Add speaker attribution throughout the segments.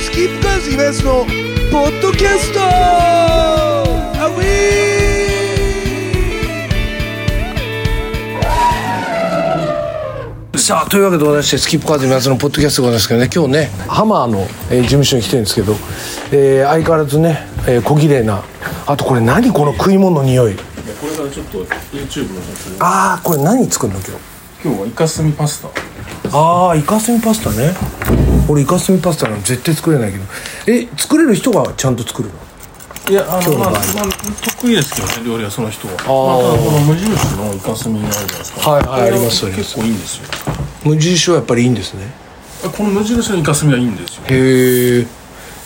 Speaker 1: スキップカーズイベントのポッドキャストアウィーさあというわけでございましてスキップカーズイベントのポッドキャストでございますけどね今日ねハマーの、えー事務所に来てるんですけど、えー相変わらずね、えー小綺麗なあとこれ何この食い物の匂い
Speaker 2: これからちょっと YouTube の撮影
Speaker 1: ああこれ何作るの今日
Speaker 2: 今日はイカスミパスタ
Speaker 1: ああイカスミパスタね俺イカスミパスタなんて絶対作れないけどえ作れる人がちゃんと作るの
Speaker 2: いやあの
Speaker 1: の
Speaker 2: まあ、
Speaker 1: 場
Speaker 2: ま
Speaker 1: 合
Speaker 2: あ、得意ですけどね料理はその人はまあ、ただこの無印のイカスミがあるじゃないですか
Speaker 1: はいはい
Speaker 2: こ
Speaker 1: あ
Speaker 2: れ
Speaker 1: りますあります
Speaker 2: 結構いいんですよ
Speaker 1: 無印はやっぱりいいんですね
Speaker 2: あこの無印のイカスミはいいんですよ
Speaker 1: へえ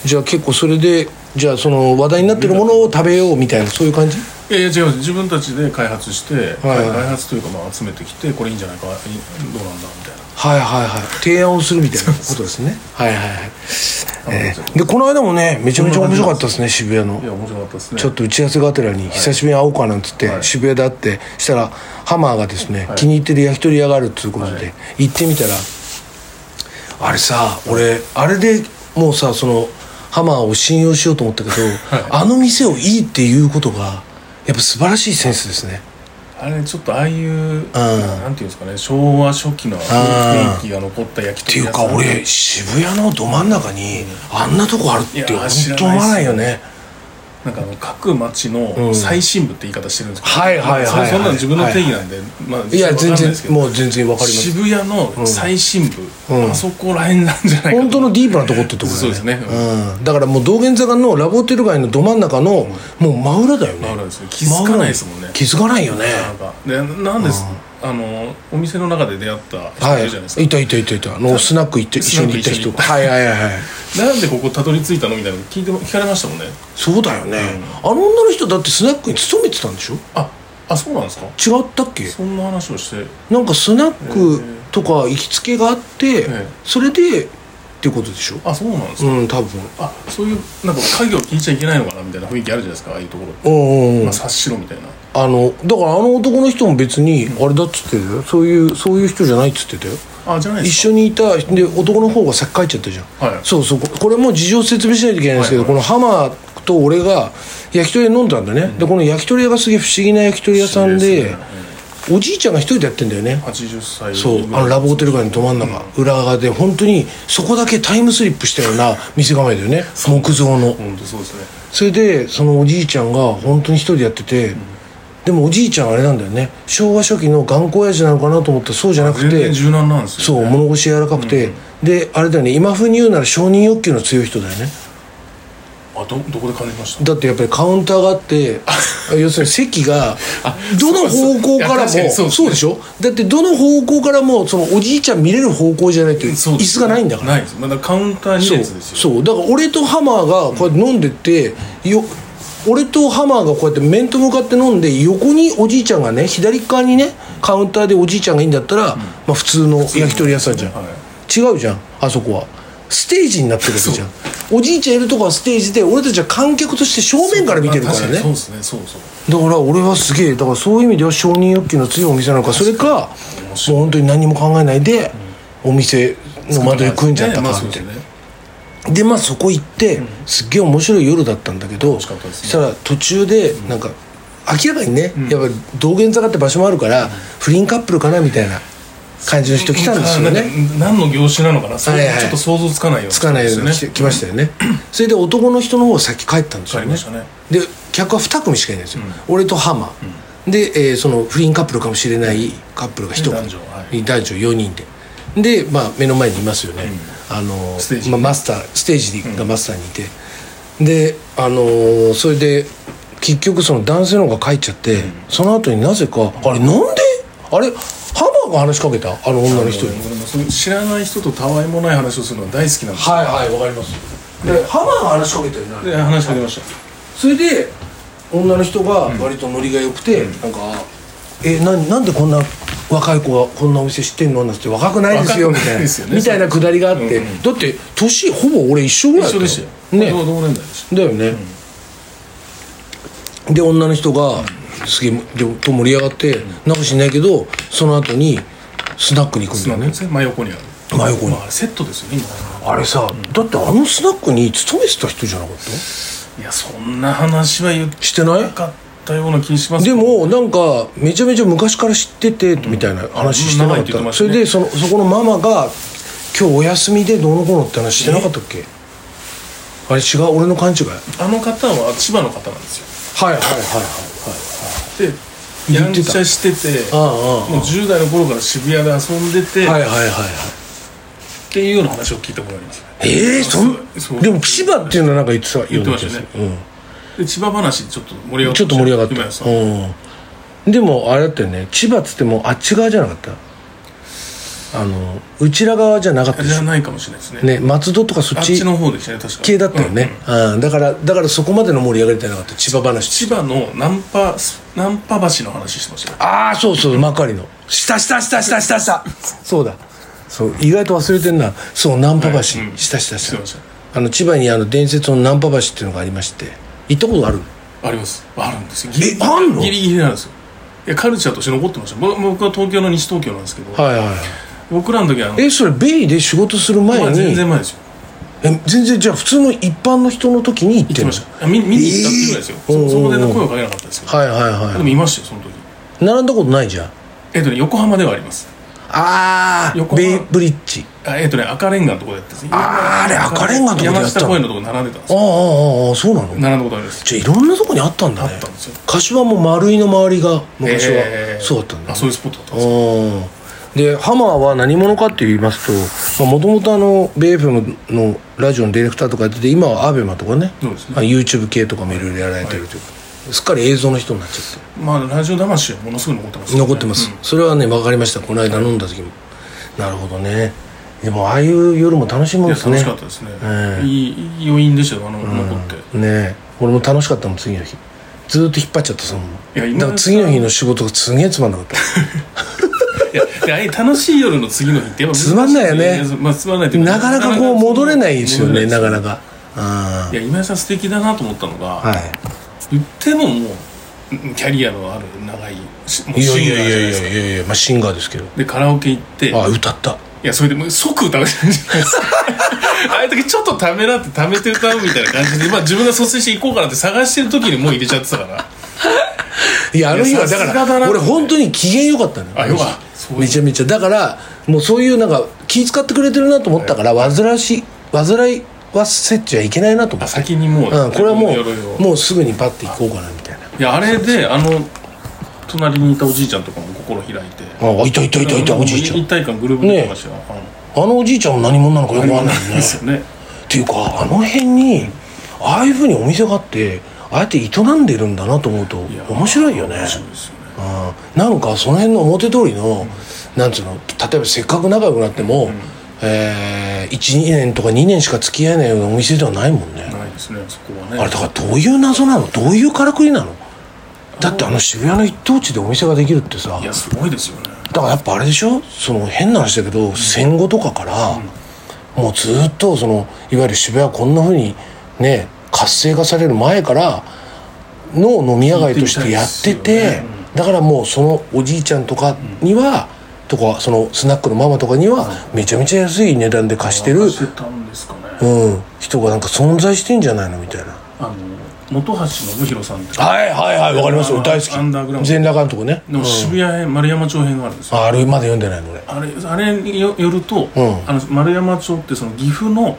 Speaker 1: じゃあ結構それでじゃあその話題になってるものを食べようみたいなそういう感じ
Speaker 2: いやいや違う自分たちで開発して、
Speaker 1: はいはい
Speaker 2: 開発というかまあ集めてきてこれいいんじゃないかいいどうなんだみたいな
Speaker 1: はいはいはい提案をするみたいなことですねはいはいはい、えーでこの間もねめちゃめちゃ面白かったですね渋谷の
Speaker 2: いや面白かったですね
Speaker 1: ちょっと打ち合わせがてらに久しぶりに会おうかなんつって渋谷で会ってしたらハマーがですね気に入ってる焼き鳥屋があるっつうこと
Speaker 2: は
Speaker 1: で行ってみたらあれさ俺あれでもうさそのハマーを信用しようと思ったけどあの店をいいっていうことがやっぱ素晴らしいセンスですね
Speaker 2: あれちょっとああいう、なんていうんですかね昭和初期の雰囲気が残った焼き
Speaker 1: って
Speaker 2: 鳥
Speaker 1: い
Speaker 2: 屋
Speaker 1: う
Speaker 2: さ
Speaker 1: か
Speaker 2: ん
Speaker 1: 俺渋谷のど真ん中にあんなとこあるって
Speaker 2: いや
Speaker 1: 本
Speaker 2: 知らないっす
Speaker 1: 当思わないよね
Speaker 2: なんかあの各町の最深部って言い方してるんですけど、
Speaker 1: はいはいはいはい
Speaker 2: そそんなの自分の定義なんで、まあ、
Speaker 1: いや全
Speaker 2: わかん
Speaker 1: 然
Speaker 2: ないですけど
Speaker 1: もう全然わかります
Speaker 2: 渋谷の最深部、あそこら辺なんじゃないか
Speaker 1: 本当のディープなとこってとこだ
Speaker 2: そう
Speaker 1: よ
Speaker 2: で
Speaker 1: ね
Speaker 2: すね、う
Speaker 1: う
Speaker 2: ん
Speaker 1: ん、だからもう道玄坂のラボホテル街のど真ん中のもう真裏だよね
Speaker 2: 真裏ですね気づかないですもんね
Speaker 1: 気づかないよね
Speaker 2: なんかでなんです、あのお店の中で出会った人い
Speaker 1: は
Speaker 2: る
Speaker 1: い
Speaker 2: じゃないですか、
Speaker 1: いたいたいたいたあのスナック行って一緒に行った
Speaker 2: スナ
Speaker 1: 人
Speaker 2: ック一緒に行った
Speaker 1: はいはいはいはい
Speaker 2: なんでここたどり着いたのみたいなの聞いても聞かれましたもんね
Speaker 1: そうだよね、あの女の人だってスナックに勤めてたんでしょ
Speaker 2: ああそうなんですか
Speaker 1: 違ったっけ
Speaker 2: そんな話をして
Speaker 1: なんかスナックとか行きつけがあって、
Speaker 2: え
Speaker 1: それでってことでしょ
Speaker 2: あそうなんですか、
Speaker 1: うん多分
Speaker 2: あそういうなんか家業聞いちゃいけないのかなみたいな雰囲気あるじゃないですかああいうところって、
Speaker 1: うんうんうん
Speaker 2: まあ、察しろみたいな
Speaker 1: あのだからあの男の人も別にあれだっつってたよそういうそういう人じゃないっつってたよ
Speaker 2: あじゃないで
Speaker 1: 一
Speaker 2: すか
Speaker 1: 緒にいたで男の方が先帰っちゃったじゃん、
Speaker 2: はい
Speaker 1: そうそうここれも事情説明しないといけないんですけど、
Speaker 2: はいは
Speaker 1: このハマーと俺が焼き鳥屋飲んだんだね、でこの焼き鳥屋がすげえ不思議な焼き鳥屋さん
Speaker 2: 不思議
Speaker 1: で
Speaker 2: ですね
Speaker 1: おじいちゃんが一人でやってんだよね
Speaker 2: 80歳
Speaker 1: そうあのラブホテル街のど真ん中、裏側で本当にそこだけタイムスリップしたような店構えだよね木造の
Speaker 2: 本当そうですね
Speaker 1: それでそのおじいちゃんが本当に一人でやってて、でもおじいちゃんあれなんだよね昭和初期の頑固親父なのかなと思ったらそうじゃなく
Speaker 2: 全
Speaker 1: て
Speaker 2: 然柔軟なんです
Speaker 1: そ
Speaker 2: よ、
Speaker 1: う
Speaker 2: ね、
Speaker 1: 物腰柔らかくて、であれだよね今風に言うなら承認欲求の強い人だよね
Speaker 2: そうあどどこで感じました
Speaker 1: だってやっぱりカウンターがあ って要するに席がどの方向からも
Speaker 2: そうそういや確かにそうですね
Speaker 1: そうでしょだってどの方向からもそのおじいちゃん見れる方向じゃないと
Speaker 2: そう
Speaker 1: 椅
Speaker 2: です
Speaker 1: 子がないんだから
Speaker 2: ないですまだカウンター2列ですよう
Speaker 1: そうだから俺とハマーがこうやって飲んでって、よ俺とハマーがこうやって面と向かって飲んで横におじいちゃんがね左側にねカウンターでおじいちゃんがいいんだったら、まあ、普通の焼き鳥屋さんじゃん、
Speaker 2: はい
Speaker 1: 違うじゃんあそこはステージになってるわけじゃんおじいちゃんいるとこはステージで俺たちは観客として正面から見てるから
Speaker 2: 確に
Speaker 1: ね
Speaker 2: そうですねそうそう
Speaker 1: だから俺はすげえだからそういう意味では承認欲求の強いお店なのかそれかも
Speaker 2: 面
Speaker 1: う
Speaker 2: 白い
Speaker 1: 本当に何も考えないでお店の窓に組んじゃったか
Speaker 2: ねま
Speaker 1: ら
Speaker 2: あそう
Speaker 1: み
Speaker 2: で
Speaker 1: たい
Speaker 2: す
Speaker 1: な
Speaker 2: ね
Speaker 1: でまあそこ行ってすっげえ面白い夜だったんだけど
Speaker 2: しかったですね
Speaker 1: したら途中でなんか明らかにねやっぱり道玄坂って場所もあるから不倫カップルかなみたいな感じの人来たんですよ
Speaker 2: なんか
Speaker 1: ね
Speaker 2: 何の業種なのかなそれ
Speaker 1: はいはい
Speaker 2: ちょっと想像つかないような
Speaker 1: つかないように
Speaker 2: です
Speaker 1: 来て来ましたよねそれで男の人の方が先帰ったんですよ
Speaker 2: 帰りま
Speaker 1: ね
Speaker 2: したね
Speaker 1: で客は2組しかいないんですよ俺とハマでえーその不倫カップルかもしれないカップルが1組
Speaker 2: 男女はい
Speaker 1: 男女4人ででまあ目の前にいますよねあの
Speaker 2: ステージ
Speaker 1: まあマスターステージがマスターにいてであのーそれで結局その男性の方が帰っちゃってその後になぜかあれなんであれハマが話しかけたあの女の人に
Speaker 2: 俺もそういう知らない人とたわいもない話をするのが大好きなんです
Speaker 1: はいはいわかりますでハマが話しかけたよねあれ
Speaker 2: で話しかけました
Speaker 1: それで女の人が割とノリが良くて、なんか「えななんでこんな若い子がこんなお店知ってんの?」なんて言って「若くないですよ」み
Speaker 2: 若く
Speaker 1: た
Speaker 2: ないい
Speaker 1: な、
Speaker 2: ですよね
Speaker 1: みたいなくだりがあって、
Speaker 2: うんうん
Speaker 1: だって年ほぼ俺一緒ぐらい
Speaker 2: 一緒
Speaker 1: だ
Speaker 2: で
Speaker 1: っ
Speaker 2: したた
Speaker 1: よね
Speaker 2: よ同同年代でした
Speaker 1: だよね、で女の人がすげえでと盛り上がって、なんかしないけどその後にスナックに行くん
Speaker 2: そ
Speaker 1: だよ
Speaker 2: うな
Speaker 1: ね
Speaker 2: んですね真横にある
Speaker 1: 真横に
Speaker 2: まあ、セットですよね今
Speaker 1: あれさ、だってあのスナックに勤めてた人じゃなかった
Speaker 2: いやそんな話は言っ
Speaker 1: してない
Speaker 2: なかったような気がしますけ
Speaker 1: で
Speaker 2: ど
Speaker 1: もなんかめちゃめちゃ昔から知っててみたいな話してなかっ
Speaker 2: うん長いって言
Speaker 1: た、
Speaker 2: ってまし
Speaker 1: そ
Speaker 2: たね
Speaker 1: れでそのそこのママが「今日お休みでどうのこうの」って話してなかったっけあれ違う俺の勘違いはい
Speaker 2: あの方は千葉の方なんですよ
Speaker 1: はいはいはい
Speaker 2: で
Speaker 1: 言
Speaker 2: や
Speaker 1: っ
Speaker 2: ん
Speaker 1: てた
Speaker 2: ちゃしてて
Speaker 1: ああああ
Speaker 2: もう10代の頃から渋谷で遊んでて、
Speaker 1: はいはい
Speaker 2: っ
Speaker 1: はいはい
Speaker 2: ていうような話を聞いたことがあります
Speaker 1: ええそ
Speaker 2: そ
Speaker 1: ん
Speaker 2: う
Speaker 1: でも千葉っていうのはなんか言ってたよう
Speaker 2: 言って
Speaker 1: な
Speaker 2: ま
Speaker 1: 気が
Speaker 2: し
Speaker 1: す
Speaker 2: た
Speaker 1: る
Speaker 2: ね、で千葉話ちょっと盛り上が
Speaker 1: ちょっと盛り上がっ
Speaker 2: 今やさ
Speaker 1: た、うん、でもあれだったよね千葉っつってもあっち側じゃなかったあのうちら側じゃなかったで
Speaker 2: じ
Speaker 1: し
Speaker 2: ゃ
Speaker 1: ょ、
Speaker 2: ないかもしれないですね
Speaker 1: ね、松戸とかそ
Speaker 2: あ
Speaker 1: っ
Speaker 2: っ
Speaker 1: ち
Speaker 2: ちの方でしたね確か
Speaker 1: 系だったよね、うんだからだからそこまでの盛り上がりじゃなかった千葉話
Speaker 2: 千葉のナンパナンパ橋の話してましたよ
Speaker 1: ああそうそう幕張の下下下下下下 そうだそう意外と忘れてんなそう難波橋、
Speaker 2: うん
Speaker 1: 下下下
Speaker 2: してましたね
Speaker 1: あの千葉にあの伝説の難波橋っていうのがありまして行ったことある
Speaker 2: ありますあるんですよ
Speaker 1: えあんの
Speaker 2: ギリギリなんですよいやカルチャーとして残ってましたぼ僕は東京の西東京なんですけど、
Speaker 1: はいはい
Speaker 2: 僕らの時はあの
Speaker 1: えそれベイで仕事する前に
Speaker 2: まあ全然前ですよ
Speaker 1: え全然じゃあ普通の一般の人の時に行っ
Speaker 2: 行ってて
Speaker 1: る
Speaker 2: ましたあ見見に行ったっていうぐらいですよ、
Speaker 1: えー
Speaker 2: そそこで声をかけなかったですけど、
Speaker 1: はいはい
Speaker 2: で
Speaker 1: は
Speaker 2: もいましたよその時
Speaker 1: い並んだことないじゃん
Speaker 2: えっとね横浜ではあります
Speaker 1: ああ
Speaker 2: 横浜
Speaker 1: ベイブリッジ
Speaker 2: あえっとね赤レンガのとこでやってたんですよ
Speaker 1: あーあれ赤レンガのとこでやったの
Speaker 2: 山下公園のとこ並んでたんです
Speaker 1: ああ
Speaker 2: よ
Speaker 1: ああああそうなの
Speaker 2: 並んだことあります
Speaker 1: じゃあいろんなとこにあったんだね
Speaker 2: あったんですよ
Speaker 1: 柏も丸井の周りが昔は、
Speaker 2: えー
Speaker 1: そうだったんだ
Speaker 2: あ
Speaker 1: よ
Speaker 2: そういうスポットだったんですよ
Speaker 1: うんでハマーは何者かって言いますともともとあの BFM のラジオのディレクターとかやってて今はアベマとかね
Speaker 2: そうですね
Speaker 1: あ YouTube 系とかもいろいろやられてるというか、すっかり映像の人になっちゃって
Speaker 2: まあラジオ魂はものすごい残ってますよね
Speaker 1: 残ってます、
Speaker 2: うん
Speaker 1: それはね分かりましたこの間飲んだ時も、なるほどねでもああいう夜も楽しいもん
Speaker 2: いや
Speaker 1: です
Speaker 2: 楽
Speaker 1: ね
Speaker 2: しかったですね、
Speaker 1: ええ
Speaker 2: いいいい余韻でしたよあの、残って
Speaker 1: ねえ俺も楽しかったもん次の日ずーっと引っ張っちゃったそのま
Speaker 2: いや
Speaker 1: ま
Speaker 2: 今
Speaker 1: だから次の日の仕事がすげえつまんなかった
Speaker 2: いやでああいう楽しい夜の次の日ってやっぱ難しい
Speaker 1: つまんないよね
Speaker 2: やまあ、つまんないという
Speaker 1: なかなかこう戻れないですよねなか
Speaker 2: か
Speaker 1: なかあ
Speaker 2: いや今井さん素敵だなと思ったのが、
Speaker 1: あはい
Speaker 2: 言ってももううんキャリアのある長いしもう
Speaker 1: いや
Speaker 2: シンガ
Speaker 1: い
Speaker 2: ーじゃ
Speaker 1: や
Speaker 2: ない
Speaker 1: いやい
Speaker 2: で
Speaker 1: や
Speaker 2: すか
Speaker 1: いやいやまあシンガーですけど
Speaker 2: でカラオケ行って
Speaker 1: ああ歌った
Speaker 2: いやそれでもう即歌うじゃないですか ああいう時ちょっとためらってためて歌うみたいな感じで、まあ、自分が率先して行こうかなって探してる時にもう入れちゃってたから
Speaker 1: いやあの日はい
Speaker 2: や
Speaker 1: だ
Speaker 2: さす
Speaker 1: か
Speaker 2: が
Speaker 1: ら
Speaker 2: だな
Speaker 1: 俺本当に機嫌良かったの
Speaker 2: あよかった
Speaker 1: めちゃめちゃだからもうそういうなんか気遣ってくれてるなと思ったから煩わしい煩いはせちゃいけないなと思
Speaker 2: あ
Speaker 1: って
Speaker 2: 先にもう、
Speaker 1: うんこれはも
Speaker 2: いろいろ
Speaker 1: うもうすぐにパッて行こうかなみたいない
Speaker 2: やあれであの隣にいたおじいちゃんとかも心開いて
Speaker 1: ああいたいたいたいたおじいちゃん
Speaker 2: 一体感グループできましたよ、
Speaker 1: あのおじいちゃんも何者なのかよ
Speaker 2: あ
Speaker 1: く
Speaker 2: の
Speaker 1: わかんないね
Speaker 2: ですよね
Speaker 1: っていうかあの辺にああいうふうにお店があってああやって営んでるんだなと思うと
Speaker 2: や
Speaker 1: 面白いよね
Speaker 2: 面白いですよね
Speaker 1: うんなんかその辺の表通りの、なんつうの例えばせっかく仲良くなっても、え12年とか2年しか付き合えないようなお店ではないもんね、
Speaker 2: ないですねそこはね
Speaker 1: あれだからどういう謎なのどういうからくりなのだってあの渋谷の一等地でお店ができるってさ
Speaker 2: いやすごいですよね
Speaker 1: だからやっぱあれでしょその変な話だけど、戦後とかから、もうずっとそのいわゆる渋谷はこんなふうにね活性化される前からの飲み屋街としてやって
Speaker 2: やってみたいで
Speaker 1: て、
Speaker 2: すよね
Speaker 1: だからもうそのおじいちゃんとかには、とかそのスナックのママとかにはめちゃめちゃ安い値段で貸してる、
Speaker 2: してたんですかね、
Speaker 1: うん、人がなんか存在してんじゃないのみたいな。
Speaker 2: あの本橋信弘さんって
Speaker 1: はいはいはいわかりますよ大
Speaker 2: アンダーグラ
Speaker 1: 好
Speaker 2: ウン
Speaker 1: き
Speaker 2: ド
Speaker 1: 全裸監督ね、う
Speaker 2: の
Speaker 1: ん、
Speaker 2: 渋谷編丸山町編があるんですよ
Speaker 1: ああれまで読んでないの俺
Speaker 2: あれあれによよると、
Speaker 1: うん
Speaker 2: あの丸山町ってその岐阜の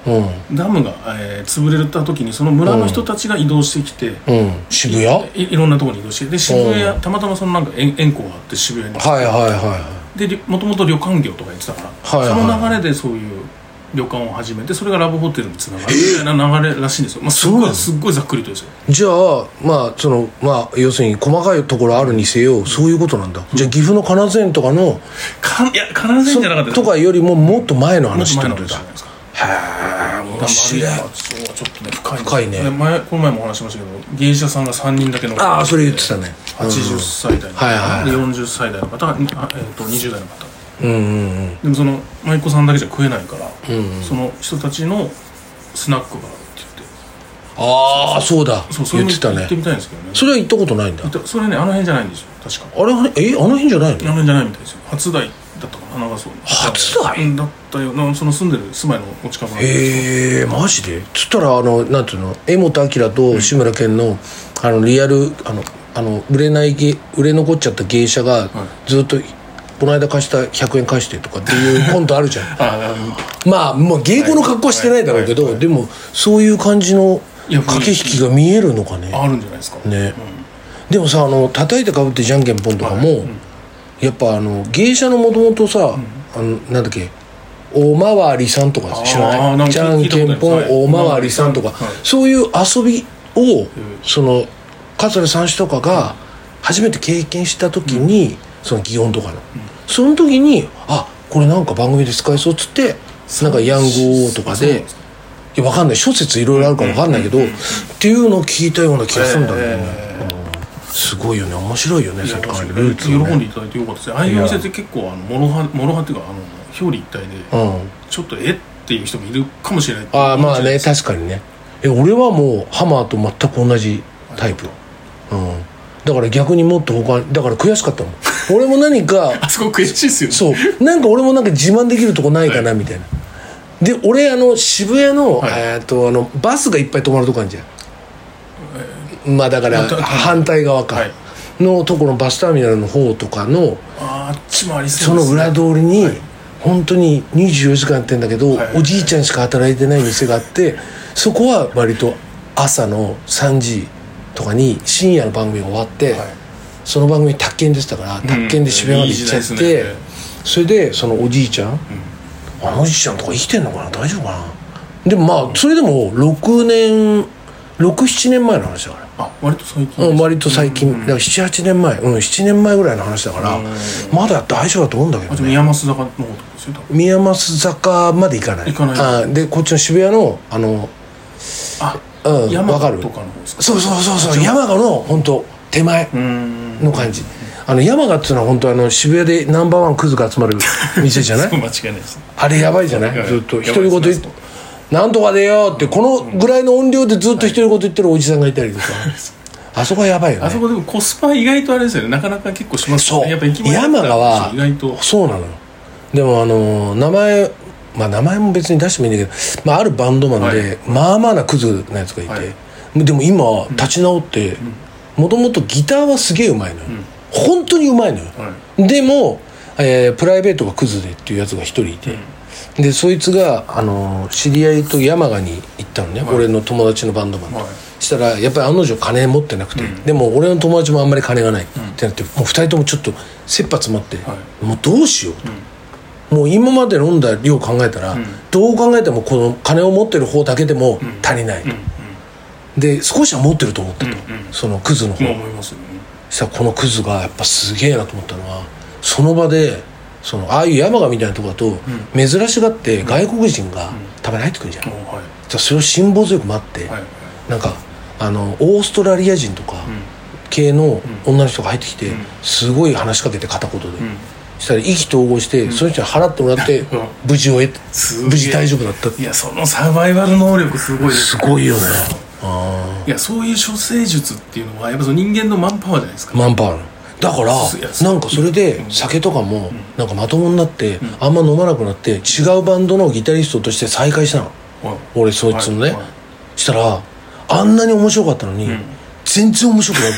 Speaker 1: う
Speaker 2: ダムが、えー潰れた時にその村の人たちが移動してきて、
Speaker 1: うん渋谷はい
Speaker 2: いろんなところに移動してで渋谷たまたまそのなんか縁縁故があって渋谷に
Speaker 1: はいはい
Speaker 2: でりもともと旅館業とかやってたから、
Speaker 1: はいはい
Speaker 2: その流れでそういう旅館を始めてそれがラブホテルにつながるみたいな流れらしいんですよ、まあ、す
Speaker 1: そ
Speaker 2: っ
Speaker 1: うな
Speaker 2: ご
Speaker 1: の
Speaker 2: いすっごいざっくりとですよ
Speaker 1: じゃあまあそのまあ要するに細かいところあるにせよそういうことなんだ、じゃあ岐阜の金沢園とかの
Speaker 2: かんいや必ずいいんじゃなかった
Speaker 1: とかよりももっと前の
Speaker 2: もっ
Speaker 1: 話
Speaker 2: と
Speaker 1: って
Speaker 2: 前
Speaker 1: こ
Speaker 2: の
Speaker 1: と
Speaker 2: 話じ
Speaker 1: だ
Speaker 2: ゃないですか
Speaker 1: へえ面白い
Speaker 2: だから丸山町はちょっとね深いんです
Speaker 1: 深いね
Speaker 2: よで前この前もお話ししましたけど芸者さんが3人だけの
Speaker 1: ああそれ言ってたね
Speaker 2: 80歳代の方、
Speaker 1: はいはいはい
Speaker 2: で40歳代の方が、あえー、と20代の方
Speaker 1: うんうんうん
Speaker 2: でもその舞妓さんだけじゃ食えないから、その人たちのスナックがあるって言って
Speaker 1: ああそうだ
Speaker 2: そうそれ
Speaker 1: 言っ
Speaker 2: も
Speaker 1: てた
Speaker 2: 行
Speaker 1: ね
Speaker 2: ってみたいんですけどね
Speaker 1: それは行ったことないんだ
Speaker 2: それねあの辺じゃないんですよ確か
Speaker 1: あれえあの辺じゃない
Speaker 2: あ
Speaker 1: の
Speaker 2: の辺じゃないみたいですよ初代だったかな花がそう
Speaker 1: 初代
Speaker 2: うんだっだよなその住んでる住まいのお近くなんで
Speaker 1: へえマジでつったらあのなんていうの柄本明と志村けんの,、あのリアルあのあの売れない芸売れ残っちゃった芸者がずっと、この間貸した100円返してとかっていうコントあるじゃん
Speaker 2: ああの
Speaker 1: まあもう芸妓の格好はしてないだろうけど、
Speaker 2: はいはい
Speaker 1: でもそういう感じの
Speaker 2: いや
Speaker 1: 駆け引きが見えるのかね
Speaker 2: あるんじゃないですか
Speaker 1: ね、でもさあの叩いてかぶってじゃんけんぽんとかも、やっぱあの芸者のもともとさ、あのなんだっけおまわりさんとか
Speaker 2: あー
Speaker 1: 知ら
Speaker 2: な
Speaker 1: なんい
Speaker 2: か
Speaker 1: じゃんけんぽん、
Speaker 2: 聞いたことありますはい
Speaker 1: おまわりさんとか、
Speaker 2: はい
Speaker 1: そういう遊びを、その桂三種とかが初めて経験した時に、その祇園とかの、その時にあこれなんか番組で使えそうっつってなんかヤング王とか
Speaker 2: そうなん
Speaker 1: で
Speaker 2: ですか
Speaker 1: いやわかんない諸説いろいろあるからわかんないけど、っていうのを聞いたような気がするんだけどね、
Speaker 2: え
Speaker 1: すごいよね面白いよねそういう考えるルーツ
Speaker 2: 喜
Speaker 1: を
Speaker 2: ん
Speaker 1: ね
Speaker 2: でいただいてよかったですねああいうお店って結構あのモロハモロハっていうかあの表裏一体で
Speaker 1: うん
Speaker 2: ちょっとえっていう人もいるかもしれない
Speaker 1: ああまあね確かにねえ俺はもうハマーと全く同じタイプうんだから逆にもっと他にだから悔しかった もん俺も何か
Speaker 2: あそこ悔しいですよね
Speaker 1: そうなんか俺もなんか自慢できるとこないかなみたいな、で俺あの渋谷の,、
Speaker 2: はい
Speaker 1: えーっとあのバスがいっぱい止まるとこあるじゃん、まあだから
Speaker 2: まあたた
Speaker 1: 反対側か、
Speaker 2: はい
Speaker 1: のところのバスターミナルの方とかの
Speaker 2: あーあっちもありそ
Speaker 1: そうの
Speaker 2: ですね
Speaker 1: 裏通りに、本当に24時間やってんだけど、
Speaker 2: はい
Speaker 1: おじいちゃんしか働いてない店があってそこは割と朝の3時とかに深夜の番組が終わって、
Speaker 2: はい
Speaker 1: その番組宅建でしたから宅建で渋谷まで行っちゃって、
Speaker 2: いい時代ですね
Speaker 1: それでそのおじいちゃん、あのおじいちゃんとか生きてんのかな大丈夫かなでもまあそれでも6年67年前の話だから。
Speaker 2: あ割と最近
Speaker 1: うん、割と最近、だから78年前うん7年前ぐらいの話だから、
Speaker 2: うん
Speaker 1: まだ大丈夫だと思うんだけど
Speaker 2: あ
Speaker 1: ね
Speaker 2: でも宮益坂の方とかですよ多分
Speaker 1: 宮益坂まで行かない
Speaker 2: 行かない
Speaker 1: あーでこっちの渋谷のあの
Speaker 2: あ
Speaker 1: うん
Speaker 2: 山
Speaker 1: わかる
Speaker 2: とかの方ですか
Speaker 1: そうそうそうそう山鹿の本当手前
Speaker 2: うーん
Speaker 1: の感じ、あの山鹿っていうのは本当あの渋谷でナンバーワンクズが集まる 店じゃない
Speaker 2: 間違いないです
Speaker 1: あれやばいじゃない
Speaker 2: やばい
Speaker 1: ずっと
Speaker 2: やばい
Speaker 1: 独り言言
Speaker 2: で
Speaker 1: っ
Speaker 2: す
Speaker 1: て「なんとかでよ」ってこのぐらいの音量でずっと独り言言ってるおじさんがいたりと か、あそこはやばいよね
Speaker 2: あそこでもコスパ意外とあれですよねなかなか結構しますよ
Speaker 1: そ
Speaker 2: ね
Speaker 1: う
Speaker 2: やっぱ駅前だった
Speaker 1: 山
Speaker 2: ら
Speaker 1: 賀は
Speaker 2: 意外と
Speaker 1: そうなのよでもあの名前まあ名前も別に出してもいいんだけど、まあ、あるバンドマンで、
Speaker 2: はい
Speaker 1: まあまあなクズなやつがいて、
Speaker 2: は
Speaker 1: でも今立ち直ってもともとギターはすげえうまいのよ、本当にうまいのよ、
Speaker 2: は
Speaker 1: でも、えープライベートがクズでっていうやつが一人いて、でそいつが、あのー知り合いと山鹿に行ったのね、俺の友達のバンドマンと、
Speaker 2: はい
Speaker 1: したらやっぱり案の定金持ってなくて、でも俺の友達もあんまり金がないってなって、もう二人ともちょっと切羽詰まって、
Speaker 2: は
Speaker 1: もうどうしようと。もう今まで飲んだ量考えたら、どう考えてもこの金を持ってる方だけでも足りないと、で少しは持ってると思ったと、そのクズの方、
Speaker 2: まあ思いますよね
Speaker 1: したらこのクズがやっぱすげえなと思ったのはその場でそのああいう山鹿みたいなとこだと珍しがって外国人がたまに入ってくるじゃん、
Speaker 2: もうはい
Speaker 1: じゃあそれを辛抱強く待って、
Speaker 2: はい
Speaker 1: なんかあのオーストラリア人とか系の女の人が入ってきて、すごい話しかけて片言で、したら意気投合して、その人に払ってもら って、
Speaker 2: ん
Speaker 1: 無事終えて
Speaker 2: すげえ
Speaker 1: 無事大丈夫だったって
Speaker 2: いやそのサバイバル能力すごいです
Speaker 1: すごいよねあ
Speaker 2: いやそういう処世術っていうのはやっぱその人間のマンパワーじゃないです
Speaker 1: あ
Speaker 2: か
Speaker 1: マンパワーのだから
Speaker 2: そうそう
Speaker 1: なんかそれで酒とかもなんかまともになってあんま飲まなくなって違うバンドのギタリストとして再会したの
Speaker 2: はい
Speaker 1: 俺そいつのね
Speaker 2: はいはい
Speaker 1: したらあんなに面白かったのに全然面白くなくなっ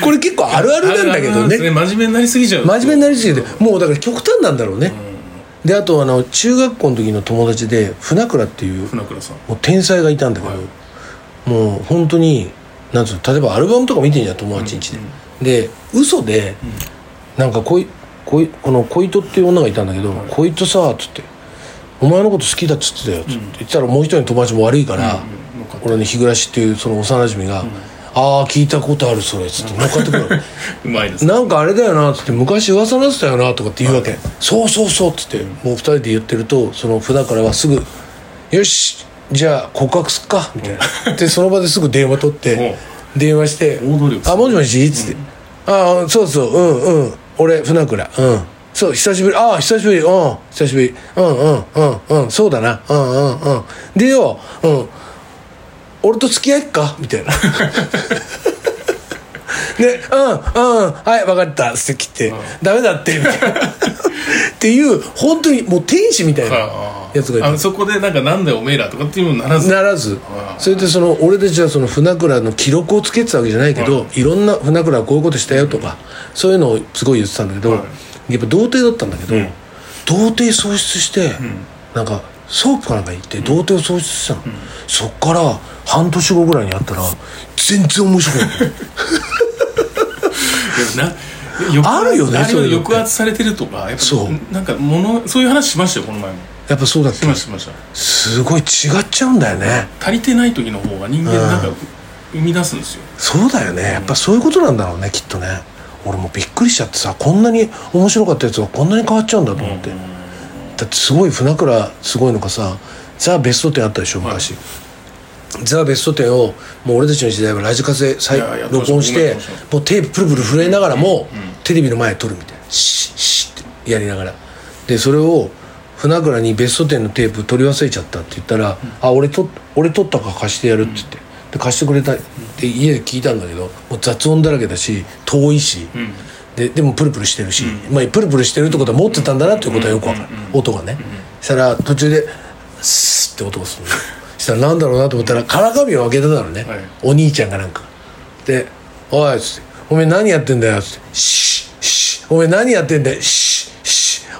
Speaker 1: たこれ結構あるあるなんだけ
Speaker 2: あ
Speaker 1: ど
Speaker 2: るあるなんです
Speaker 1: ね
Speaker 2: 真面目になりすぎちゃう
Speaker 1: 真面目になりすぎてもうだから極端なんだろうねであとあの中学校の時の友達で船倉っていう
Speaker 2: 船倉さん
Speaker 1: もう天才がいたんだけど、もう本当になんつうの例えばアルバムとか見てんじゃん友達んちで、で嘘で、なんかこいこいこの恋人っていう女がいたんだけど「恋、人、さ」っつって「お前のこと好きだっつってたよ」つって、言ったらもう一人の友達も悪いから、
Speaker 2: うん乗っかって
Speaker 1: 俺の日暮っていうその幼馴染が「ああ聞いたことあるそれ」っつって乗っかってくるの。
Speaker 2: うまいですね
Speaker 1: なんかあれだよなっつって昔噂になってたよなとかって言うわけ、そうそうそうっつってもう二人で言ってるとその船からはすぐ「よしじゃあ告白すっか」みたいなでその場ですぐ電話取って電話して
Speaker 2: 大動力
Speaker 1: あもしもし」っつって「ああそうそううんうん俺船倉うんそう久しぶりああ久しぶりうん久しぶりうんうんうんうんそうだなうんうんうんでようん俺と付き合いっか?」みたいなで「うんうんはい分かった」っつって切って「ダメだって」みたいなっていう本当にもう天使みたいな
Speaker 2: あ
Speaker 1: やつがい
Speaker 2: あ
Speaker 1: た
Speaker 2: のそこでなんかなんだよおめえらとかっていうのにならず
Speaker 1: ならずそれでその俺たちはその船倉の記録をつけてたわけじゃないけどいろんな船倉はこういうことしたよとかそういうのをすごい言ってたんだけどやっぱ童貞だったんだけど童貞喪失してなんかソープかなんかに行って童貞を喪失したのそっから半年後ぐらいに会った ら全然面白くない
Speaker 2: な抑圧
Speaker 1: あるよね
Speaker 2: あれ
Speaker 1: そういうのって
Speaker 2: 抑圧されてるとかやっぱ
Speaker 1: そう
Speaker 2: なんかものそういう話しましたよこの前も
Speaker 1: やっぱそうだっ
Speaker 2: してましたしました
Speaker 1: すごい違っちゃうんだよね
Speaker 2: 足りてない時の方が人間なんか生み出すんですよ
Speaker 1: そうだよねやっぱそういうことなんだろうねきっとね俺もびっくりしちゃってさこんなに面白かったやつがこんなに変わっちゃうんだと思って、だってすごい船倉すごいのがさザ・ベストテンあったでしょ昔、ザ・ベストテンをもう俺たちの時代はラジカセ再
Speaker 2: いやいや
Speaker 1: 録音し
Speaker 2: やって
Speaker 1: て
Speaker 2: ましたやってま
Speaker 1: もうテーププルプル震えながらも、テレビの前で撮るみたいなシッシッってやりながらでそれを船倉にベストテンのテープ取り忘れちゃったって言ったら「あ俺と俺撮ったから貸してやる」って言って。で貸してくれたって家で聞いたんだけどもう雑音だらけだし遠いし、ででもプルプルしてるし、まあ、プルプルしてるってことは持ってたんだなっていうことはよくわかる、音がね、そしたら途中でスーって音がするのしたらなんだろうなと思ったらからかみを開けてたのね、
Speaker 2: はい
Speaker 1: お兄ちゃんがなんかで「おい」っつって「おめえ何やってんだよ」っつって「シッシッおめえ何やってんだよシッシッ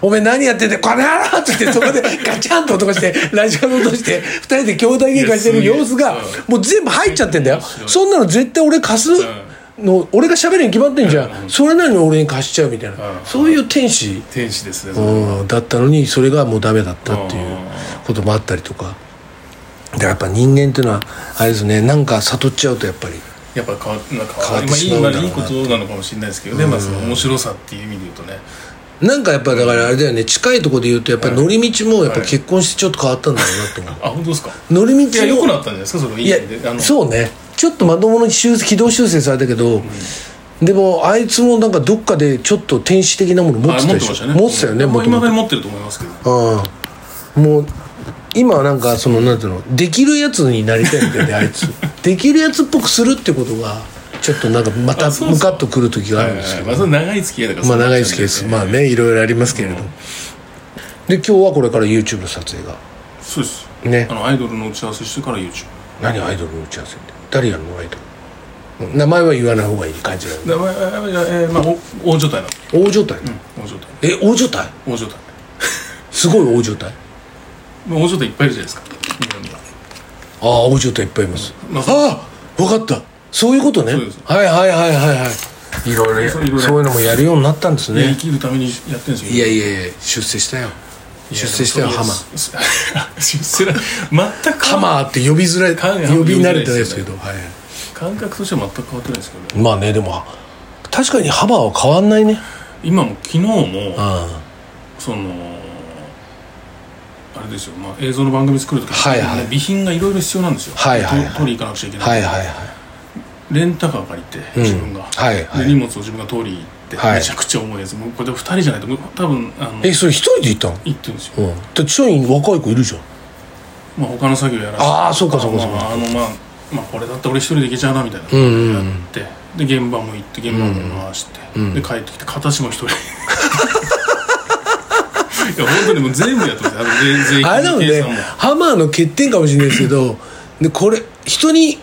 Speaker 1: おめえ何やってんだよこれやろ!」っつってそこでガチャンと音がしてラジカセ落として2人で兄弟喧嘩してる様子
Speaker 2: い
Speaker 1: が
Speaker 2: やすげえ
Speaker 1: もう全部入っちゃってんだよ
Speaker 2: 白い
Speaker 1: そんなの絶対俺貸すの俺が喋るに決まってんじゃんそれなのに俺に貸しちゃうみたいな
Speaker 2: うん
Speaker 1: そういう天使
Speaker 2: 天使ですね
Speaker 1: うんだったのにそれがもうダメだったっていう
Speaker 2: あ
Speaker 1: こともあったりとかでやっぱ人間っていうのはあれですねなんか悟っちゃうとやっぱり
Speaker 2: やっぱ変わなんか
Speaker 1: 変わって
Speaker 2: まあ
Speaker 1: しまうんだろう
Speaker 2: い
Speaker 1: ない
Speaker 2: ことなのかもしれないですけどね、まあその面白さっていう意味で言うとね
Speaker 1: なんかやっぱだからあれだよね近いところで言うとやっぱり乗り道もやっぱ結婚してちょっと変わったんだろうなと思う、
Speaker 2: あ本当ですか
Speaker 1: 乗り道も
Speaker 2: いや良くなったんじゃないですかそのいい
Speaker 1: い
Speaker 2: 意
Speaker 1: や
Speaker 2: 味であの
Speaker 1: そうねちょっとまともに修軌道修正されたけど、でもあいつもなんかどっかでちょっと天使的なもの持っ
Speaker 2: あ
Speaker 1: てた
Speaker 2: 持っ
Speaker 1: で
Speaker 2: てまし
Speaker 1: したょ
Speaker 2: ね
Speaker 1: 持ってたよねも
Speaker 2: もう
Speaker 1: と
Speaker 2: 今
Speaker 1: も
Speaker 2: だ
Speaker 1: と
Speaker 2: に持ってると思いますけど
Speaker 1: うんもう今はなんかそのなんていうのできるやつになりたいんだよねあい つできるやつっぽくするってことがちょっとなんかまた
Speaker 2: あそうそう
Speaker 1: ムカッとくる時があるんですけど
Speaker 2: はいはいまあそれ長い付き合いだから
Speaker 1: まあ
Speaker 2: そう
Speaker 1: 長
Speaker 2: ないっ
Speaker 1: 付き合い
Speaker 2: ちゃうん
Speaker 1: ですまあねいろいろありますけれど、で今日はこれから YouTube の撮影が
Speaker 2: そうです
Speaker 1: ね
Speaker 2: あのアイドルの打ち合わせしてから YouTube
Speaker 1: 何アイドルの打ち合わせって誰やるのアイドル名前は言わない方がいい感じなの
Speaker 2: でまあえーまあお大所帯なの
Speaker 1: 大所帯、
Speaker 2: 大所帯
Speaker 1: え大所帯
Speaker 2: 大所帯
Speaker 1: すごい大所帯あ
Speaker 2: まあ大所帯いっぱいいるじゃないですか日本には
Speaker 1: あ大所帯いっぱいいます、
Speaker 2: まあ
Speaker 1: ああ分かったそういうことね
Speaker 2: そうです
Speaker 1: はいはいはいはいはいいろいろ
Speaker 2: そういろいろ
Speaker 1: そういうのもやるようになったんです
Speaker 2: いや生
Speaker 1: ね
Speaker 2: きるためにやってるんですよ
Speaker 1: いやいやいや出世したよ出世したよハマー
Speaker 2: ー出世な全く
Speaker 1: ハマーって呼びづらい
Speaker 2: ハマー
Speaker 1: 呼び慣れてないですけど、はい、
Speaker 2: 感覚としては全く変わってないですけどね
Speaker 1: まあねでも確かにハマーは変わんないね
Speaker 2: 今も昨日も
Speaker 1: あ
Speaker 2: そのあれですよ、まあ、映像の番組作るとき、
Speaker 1: はいはい
Speaker 2: 備品がいろいろ必要なんですよ、
Speaker 1: はいはいはい
Speaker 2: と取りに行かなくちゃいけ
Speaker 1: あ
Speaker 2: ない、
Speaker 1: はいはいはい
Speaker 2: レンタカー借りて自分が、
Speaker 1: はいはい
Speaker 2: で荷物を自分が取りに行って、
Speaker 1: はい
Speaker 2: めちゃくちゃ重いやつもうこれで2人じゃないともう多分あの
Speaker 1: えそれ一人で行ったの
Speaker 2: 行ってるんですよ、
Speaker 1: うんだって社員若い子いるじゃん
Speaker 2: まあ、他の作業やらせて
Speaker 1: ああそうかそうかそうか
Speaker 2: まあ、あのまあ、まあ、これだって俺一人で行けちゃうなみたいな、
Speaker 1: んうんうん
Speaker 2: やってで現場も行って現場も回して、で帰ってきて片足も一人いや本当にもう全部やってますよあの税税金
Speaker 1: あれだもんね
Speaker 2: 計算も
Speaker 1: ハマーの欠点かもしれないですけどでこれ人に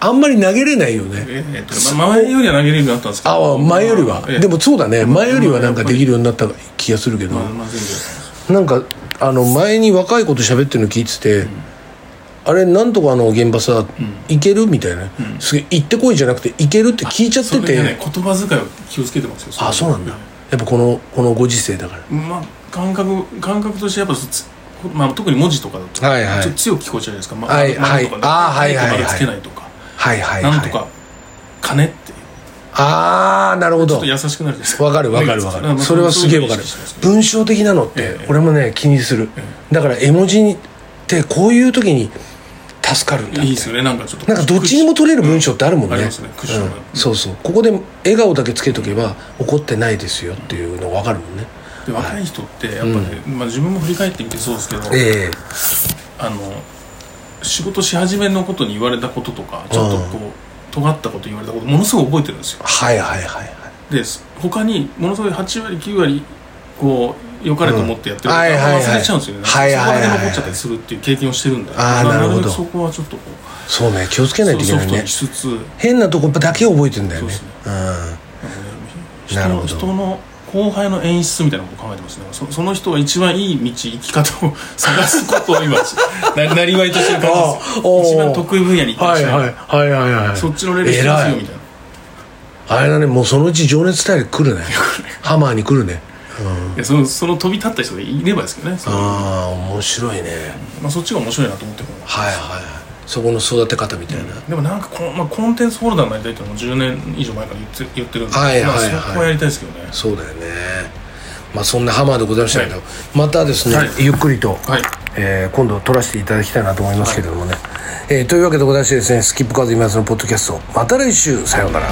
Speaker 1: あんまり投げれないよね
Speaker 2: ええっとまあ、前よりは投げれるようになったんですけ
Speaker 1: あ
Speaker 2: ど
Speaker 1: あ前よりは、
Speaker 2: ええ
Speaker 1: でもそうだね前よりはなんかできるようになった気がするけど、
Speaker 2: まあまあ全部やってます
Speaker 1: なんかあの前に若い子と喋ってるの聞いてて、あれなんとかの現場さ、行けるみたいな、すげえ行ってこいじゃなくて行けるって聞いちゃって
Speaker 2: それ
Speaker 1: て、
Speaker 2: でね言葉遣いを気をつけてますよ
Speaker 1: ああそうなんだやっぱこのこのご時世だから
Speaker 2: まあ感覚感覚としてやっぱそつまあ、特に文字とかだと、
Speaker 1: はいはい
Speaker 2: ちょっと強く聞こえちゃうじゃないですか、ま
Speaker 1: はい
Speaker 2: ま
Speaker 1: はい
Speaker 2: なんとか
Speaker 1: あーはいはいはい
Speaker 2: なんとかつけないとか、
Speaker 1: はいはいはい
Speaker 2: なんとか金っていう
Speaker 1: ああなるほ
Speaker 2: ちょ
Speaker 1: ど
Speaker 2: っと優しくなるじゃないですか
Speaker 1: わかるわかるわかるそれはすげえわかる文章的なのって
Speaker 2: ええ
Speaker 1: 俺もね気にするだから絵文字ってこういう時に助かるんだっ
Speaker 2: いい
Speaker 1: て
Speaker 2: ですよねなんかちょっと
Speaker 1: なんかどっちにも取れる文章ってあるもんね,、
Speaker 2: うん
Speaker 1: うん
Speaker 2: ありますねクッションが
Speaker 1: そうそうここで笑顔だけつけとけば怒ってないですよっていうのわかるもんね
Speaker 2: で若い人ってやっぱね、まあ、自分も振り返ってみてそうですけど、
Speaker 1: ええ
Speaker 2: あの仕事し始めのことに言われたこととかちょっとこう尖ったこと言われたことものすごい覚えてるんですよ
Speaker 1: はいはいはいはい
Speaker 2: です他にものすごい8割9割こう良かれと思ってやってること
Speaker 1: うんはいはいはい
Speaker 2: 忘れちゃうんですよね、
Speaker 1: はいはいはいはい
Speaker 2: そこら辺残っちゃったりするっていう経験をしてるんで
Speaker 1: あー
Speaker 2: ま
Speaker 1: なるほど
Speaker 2: べくそこはちょっとこう
Speaker 1: そうね気をつけないといけ
Speaker 2: ソ
Speaker 1: な
Speaker 2: フ
Speaker 1: い
Speaker 2: トに
Speaker 1: ね
Speaker 2: しつつなんかね
Speaker 1: 変なとこだけ覚えてんだよね
Speaker 2: そうですね人
Speaker 1: なるほど
Speaker 2: の人の後輩の演出みたいなことを考えてますねそその人が一番いい道生き方を探すことを今な なりわいとしてる感じ
Speaker 1: あーおー
Speaker 2: です一番得意分野に行ってらっ
Speaker 1: はい
Speaker 2: しゃる
Speaker 1: はいはいはいはい
Speaker 2: そっちのレベル低いよ
Speaker 1: 偉い
Speaker 2: みたいな
Speaker 1: あれだねもうそのうち情熱大陸来るねハマーに来るね
Speaker 2: いやそのその飛び立った人がいればですけどねそ,、ま
Speaker 1: ああ面白いね
Speaker 2: あ、そっちが面白いなと思ってるの
Speaker 1: はいはいはいそこの育て方みたいな、
Speaker 2: でもなんかこの、まあ、コンテンツホルダーになりたいっていうのも10年以上前から言って言ってるんで、
Speaker 1: はいはいはい
Speaker 2: まあ、そこはやりたいですけどね
Speaker 1: そうだよねまあそんなハマーでございましたけど、
Speaker 2: はい
Speaker 1: またですね、
Speaker 2: はい
Speaker 1: ゆっくりと、
Speaker 2: はい
Speaker 1: えー今度撮らせていただきたいなと思いますけれどもね、えーというわけでございましてですねスキップカード今津のポッドキャストまた来週さようなら